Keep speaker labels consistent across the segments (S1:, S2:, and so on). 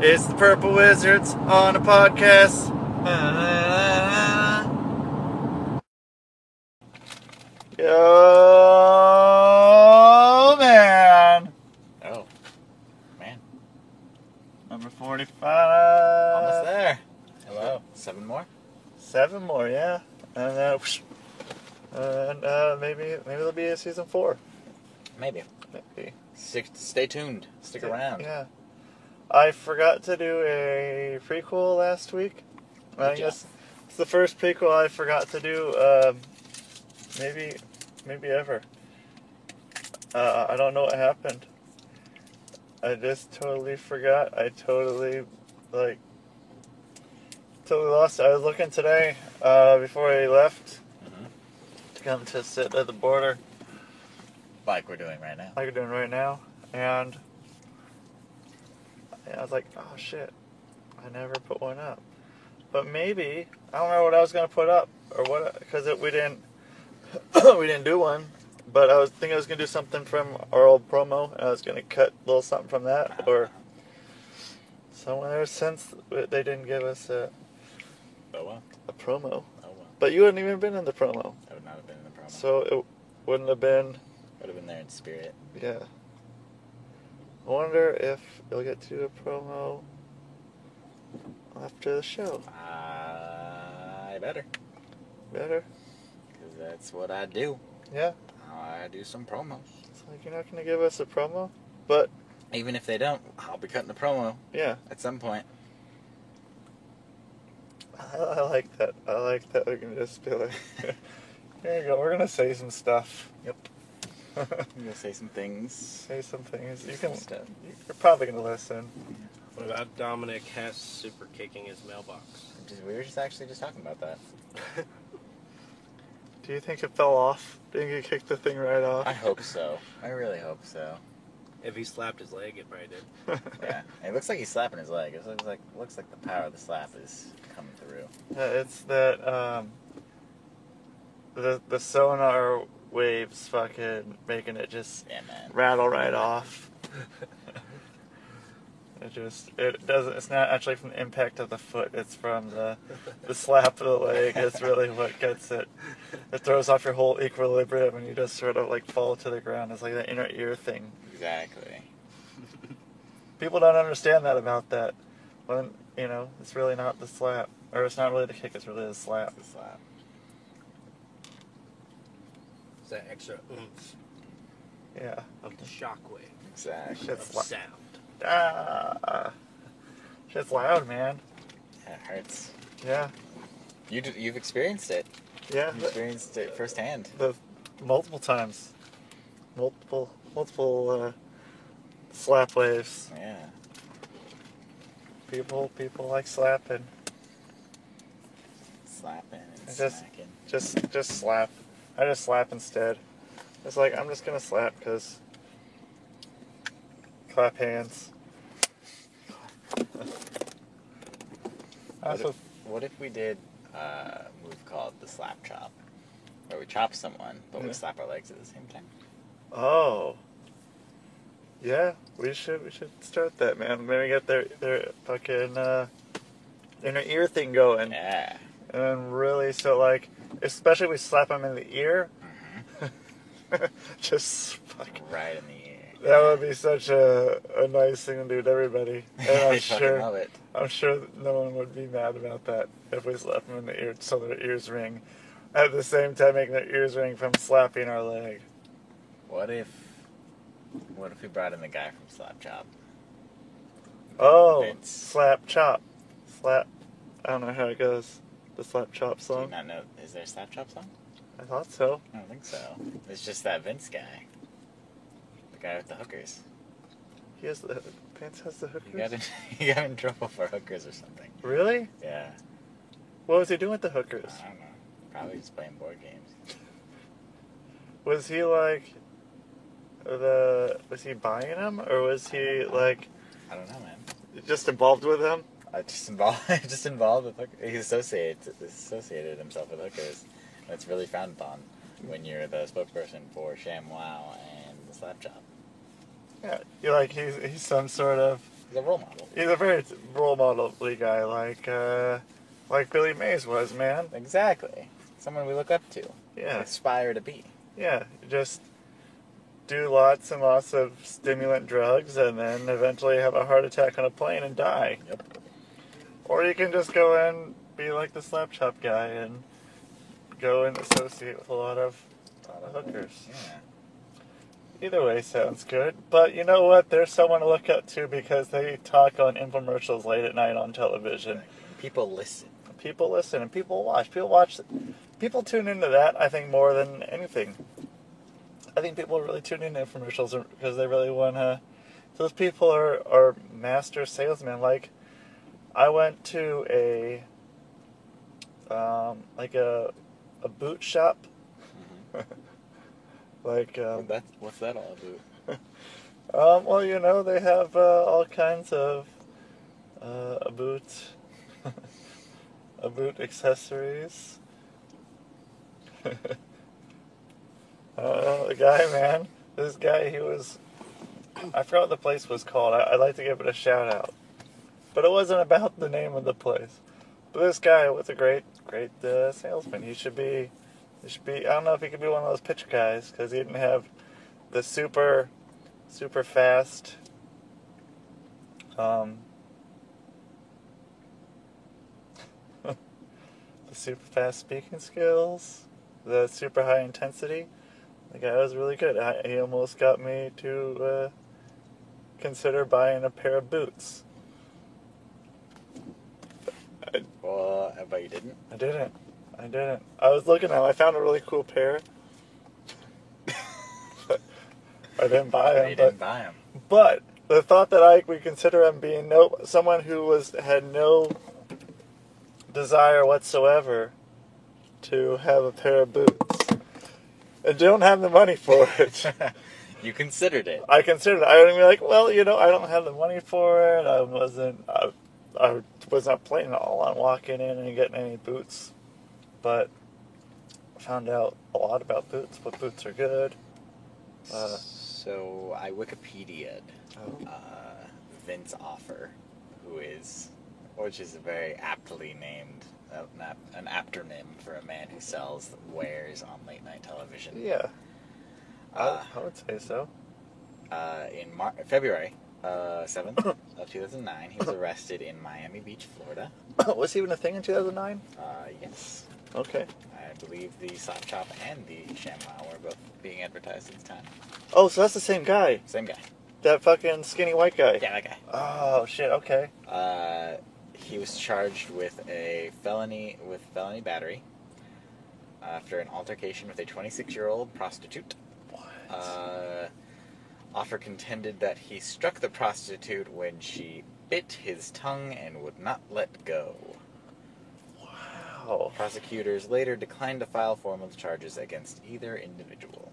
S1: It's the Purple Wizards on a podcast. Yo, man.
S2: Oh, man.
S1: Number 45.
S2: Almost there. Hello. Seven more?
S1: Seven more, yeah. And, uh, whoosh. and uh, maybe maybe there'll be a season four.
S2: Maybe.
S1: Maybe.
S2: Six, stay tuned. Stick around.
S1: Yeah. I forgot to do a prequel last week. I
S2: job.
S1: guess it's the first prequel I forgot to do. Um, maybe, maybe ever. Uh, I don't know what happened. I just totally forgot. I totally, like, totally lost. it. I was looking today uh, before I left
S2: Mm-hmm.
S1: to come to sit at the border
S2: Like we're doing right now.
S1: like we're doing right now, and I was like, oh shit, I never put one up. But maybe I don't know what I was gonna put up or what, because we didn't we didn't do one. But I was thinking I was gonna do something from our old promo, and I was gonna cut a little something from that, or someone ever since they didn't give us a,
S2: Oh, well.
S1: a promo.
S2: Oh, well.
S1: But you hadn't even been in the promo,
S2: I would not have been in the promo.
S1: so it wouldn't have been
S2: would have been there in spirit.
S1: Yeah. I wonder if you'll get to do a promo after the show.
S2: I better.
S1: Better?
S2: Because that's what I do.
S1: Yeah.
S2: I do some promos.
S1: It's like you're not gonna give us a promo, but
S2: Even if they don't, I'll be cutting the promo
S1: yeah,
S2: at some point.
S1: I, I like that. I like that we can just be like, here you go. We're gonna say some stuff.
S2: Yep. I'm going to say some things.
S1: Say some things. You
S2: Some
S1: can.
S2: stuff.
S1: You're probably gonna listen.
S3: What about Dominic Hess super kicking his mailbox?
S2: Just- we were just actually just talking about that.
S1: Do you think it fell off? Do you think you kicked the thing right off?
S2: I hope so. I really hope so.
S3: If he slapped his leg, it probably did.
S2: Yeah. It looks like he's slapping his leg. It looks like looks like the power of the slap is coming through.
S1: Yeah, Uh, it's that um, the the sonar waves fucking making it just
S2: Yeah, man.
S1: rattle right off. it just it doesn't. It's not actually from the impact of the foot. It's from the the slap of the leg. It's really what gets it. It throws off your whole equilibrium and you just sort of like fall to the ground. It's like that inner ear thing.
S2: Exactly.
S1: People don't understand that about that. When you know, it's really not the slap, or it's not really the kick. It's really the slap.
S2: The slap.
S3: It's that extra oomph
S1: Yeah.
S3: of the shockwave
S2: Exactly.
S1: Shit's
S3: of
S1: slap.
S3: sound.
S1: Ah, shit's loud, man.
S2: That hurts.
S1: Yeah,
S2: You d- you've experienced it.
S1: yeah.
S2: You've experienced it firsthand.
S1: The, the multiple times, multiple, multiple uh, slap waves.
S2: Yeah.
S1: People, people like slapping.
S2: Slapping and
S1: I just,
S2: smacking.
S1: just, just slap. I just slap instead. It's like I'm just gonna slap because clap hands.
S2: What
S1: That's what,
S2: if, what if we did uh, a move called the slap chop, where we chop someone but
S1: Yeah.
S2: we slap our legs at the same time?
S1: oh. Yeah, we should we should start that, man. Maybe get their their fucking uh, inner ear thing going.
S2: Yeah.
S1: And really, so like, especially if
S2: Mm-hmm.
S1: we slap them in the ear, just fuck
S2: Right in the ear.
S1: That would be such a, a nice thing to do to everybody. And
S2: I
S1: I'm
S2: fucking love
S1: sure
S2: it.
S1: I'm sure that no one would be mad about that if we slapped them in the ear so their ears ring. At the same time making their ears ring from slapping our leg.
S2: What if, what if we brought in the guy from Slap Chop?
S1: Oh
S2: It's-
S1: slap chop. Slap I don't know how it goes. The slap chop
S2: Do you
S1: song?
S2: not know? Is there a Slap Chop song?
S1: I thought so.
S2: I don't think so. It's just that Vince guy, the guy with the hookers.
S1: He has the Pants has the
S2: He got
S1: hookers.
S2: in, he got in trouble for hookers or something.
S1: Really?
S2: Yeah,
S1: What was he doing with the hookers?
S2: I don't know. Probably just playing board games.
S1: Was he like the was he buying them or was he like
S2: I don't know, man.
S1: just involved with them?
S2: I just involved. just involved with hookers. He associates associated himself with hookers. That's really frowned upon when you're the spokesperson for Sham Wow and the Slap Chop.
S1: Yeah, you like he's he's some sort of
S2: He's a role model.
S1: he's a very role model guy like uh like Billy Mays was man.
S2: Exactly. Someone we look up to.
S1: Yeah,
S2: Aspire to be.
S1: yeah, just do lots and lots of stimulant drugs and then eventually have a heart attack on a plane and die.
S2: Yep.
S1: Or you can just go in be like the slap chop guy and go and associate with a lot of hookers.
S2: Yeah.
S1: Either way sounds good, but you know what? There's someone to look up to because they talk on infomercials late at night on television.
S2: People listen.
S1: People listen and people watch. People watch. People tune into that. I think more than anything. I think people really tune into infomercials because they really want to. Those people are are master salesmen. Like, I went to a um, like a a boot shop. like um,
S2: That's, what's that all about?
S1: um, well, you know, they have uh, all kinds of uh, a boot, a boot accessories. uh, the guy, man, this guy, he was. I forgot what the place was called. I, I'd like to give it a shout out, but it wasn't about the name of the place. But this guy was a great, great uh, salesman. He should be. He should be. I don't know if he could be one of those pitcher guys because he didn't have the super super fast. Um, the super fast speaking skills, the super high intensity. The guy was really good. I, he almost got me to uh, consider buying a pair of boots.
S2: Well, I bet you didn't.
S1: I didn't. I didn't. I was looking at 'em. I found a really cool pair. I didn't buy
S2: I
S1: them.
S2: bet you
S1: but-
S2: didn't buy them.
S1: But the thought that I would consider him being no someone who was had no desire whatsoever to have a pair of boots and don't have the money for it.
S2: You considered it.
S1: I considered. I would be like, well, you know, I don't have the money for it. I wasn't. I, I was not planning at all on walking in and getting any boots, but found out a lot about boots. What boots are good. Uh,
S2: so I Wikipedia'd uh, Vince Offer, who is, which is a very aptly named, uh, an ap- an aptonym for a man who sells wares on late night television.
S1: yeah,
S2: Uh,
S1: I, I would say so.
S2: uh, in Mar- February uh, 7th of 2009, he was arrested in Miami Beach, Florida.
S1: was he even a thing in 2009?
S2: Uh, yes.
S1: Okay.
S2: I believe the Slap Chop and the ShamWow were both being advertised at the time.
S1: Oh, so that's the same guy.
S2: Same guy.
S1: That fucking skinny white guy.
S2: Yeah, that guy.
S1: Oh, shit, okay.
S2: Uh, he was charged with a felony with felony battery uh, after an altercation with a 26-year-old prostitute.
S1: What?
S2: Uh, Offer contended that he struck the prostitute when she bit his tongue and would not let go.
S1: Wow.
S2: Prosecutors later declined to file formal charges against either individual.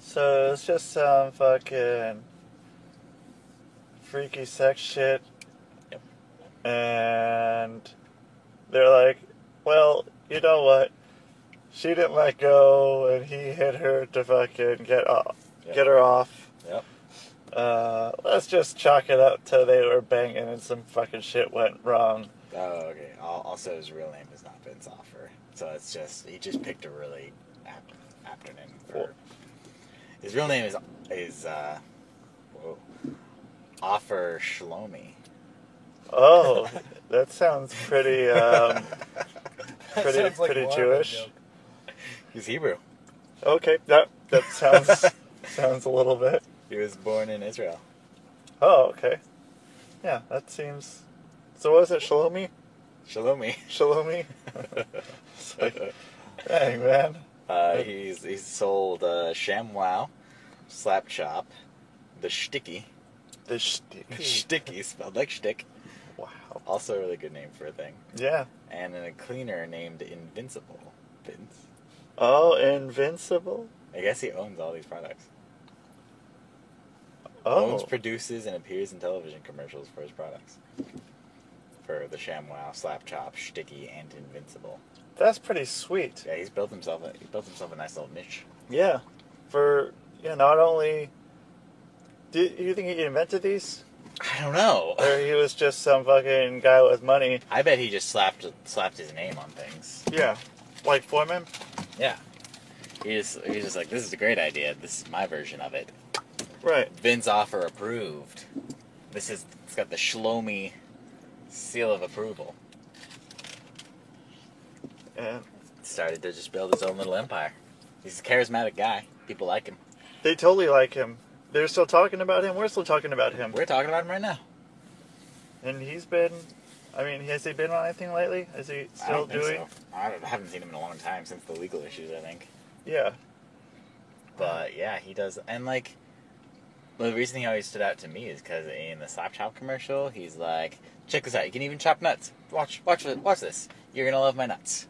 S1: So it's just some fucking freaky sex shit.
S2: Yep.
S1: And they're like, well, you know what? She didn't let go and he hit her to fucking get off.
S2: Yep.
S1: Get her off.
S2: Yep.
S1: Uh, let's just chalk it up to they were banging and some fucking shit went wrong.
S2: Oh, okay. Al- Also, his real name is not Vince Offer, so it's just he just picked a really apt, aptonym for. His real name is is uh, whoa, Offer Shlomi.
S1: Oh, that sounds pretty, um, pretty,
S4: Sounds like
S1: pretty
S4: more of a
S1: Jewish.
S4: joke.
S2: He's Hebrew.
S1: Okay, that that sounds sounds a little bit.
S2: He was born in Israel.
S1: Oh, okay. Yeah, that seems. So was it Shalomi?
S2: Shlomi.
S1: Shalomi? It's like, dang man.
S2: Uh, he's he's sold uh, ShamWow, Slap Chop, the Shticky.
S1: The shticky.
S2: Shticky spelled like shtick.
S1: Wow.
S2: Also a really good name for a thing.
S1: Yeah.
S2: And a cleaner named Invincible. Vince.
S1: Oh, invincible.
S2: I guess he owns all these products.
S1: Oh,
S2: Owns, produces, and appears in television commercials for his products. For the ShamWow, Slap Chop, Shticky, and Invincible.
S1: that's pretty sweet.
S2: Yeah, he's built himself a he built himself a nice little niche.
S1: Yeah, for you know, not only. Do you think he invented these,
S2: I don't know.
S1: or he was just some fucking guy with money?
S2: I bet he just slapped slapped his name on things.
S1: Yeah, like Foreman.
S2: Yeah. He just he's just like, this is a great idea. This is my version of it.
S1: Right.
S2: Vin's offer approved. This is it's got the Shlomi seal of approval.
S1: And
S2: Started to just build his own little empire. He's a charismatic guy. People like him.
S1: they totally like him. They're still talking about him. We're still talking about him.
S2: We're talking about him right now.
S1: And he's been. I mean, has he been on anything lately? Is he
S2: I
S1: still
S2: don't think
S1: doing?
S2: so. I, don't, I haven't seen him in a long time since the legal issues. I think.
S1: Yeah.
S2: But yeah, he does. And like, well, the reason he always stood out to me is because in the Slap Chop commercial, he's like, "Check this out. You can even chop nuts. Watch, watch, thi- watch this. You're gonna love my nuts."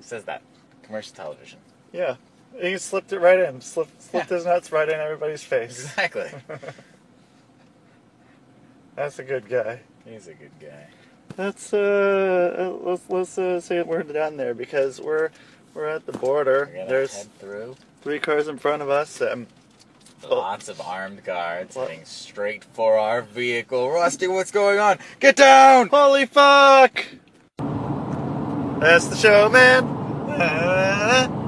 S2: Says that commercial television.
S1: Yeah. He slipped it right in. Slipped, slipped
S2: Yeah.
S1: his nuts right in everybody's face.
S2: Exactly.
S1: That's a good guy.
S2: he's a good guy.
S1: Let's uh, let's let's uh, say we're down there because we're we're at the border.
S2: We're gonna
S1: There's
S2: head through.
S1: three cars in front of us. Um,
S2: Lots of armed guards
S1: What?
S2: heading straight for our vehicle. Rusty, what's going on? Get down!
S1: holy fuck! That's the show, man.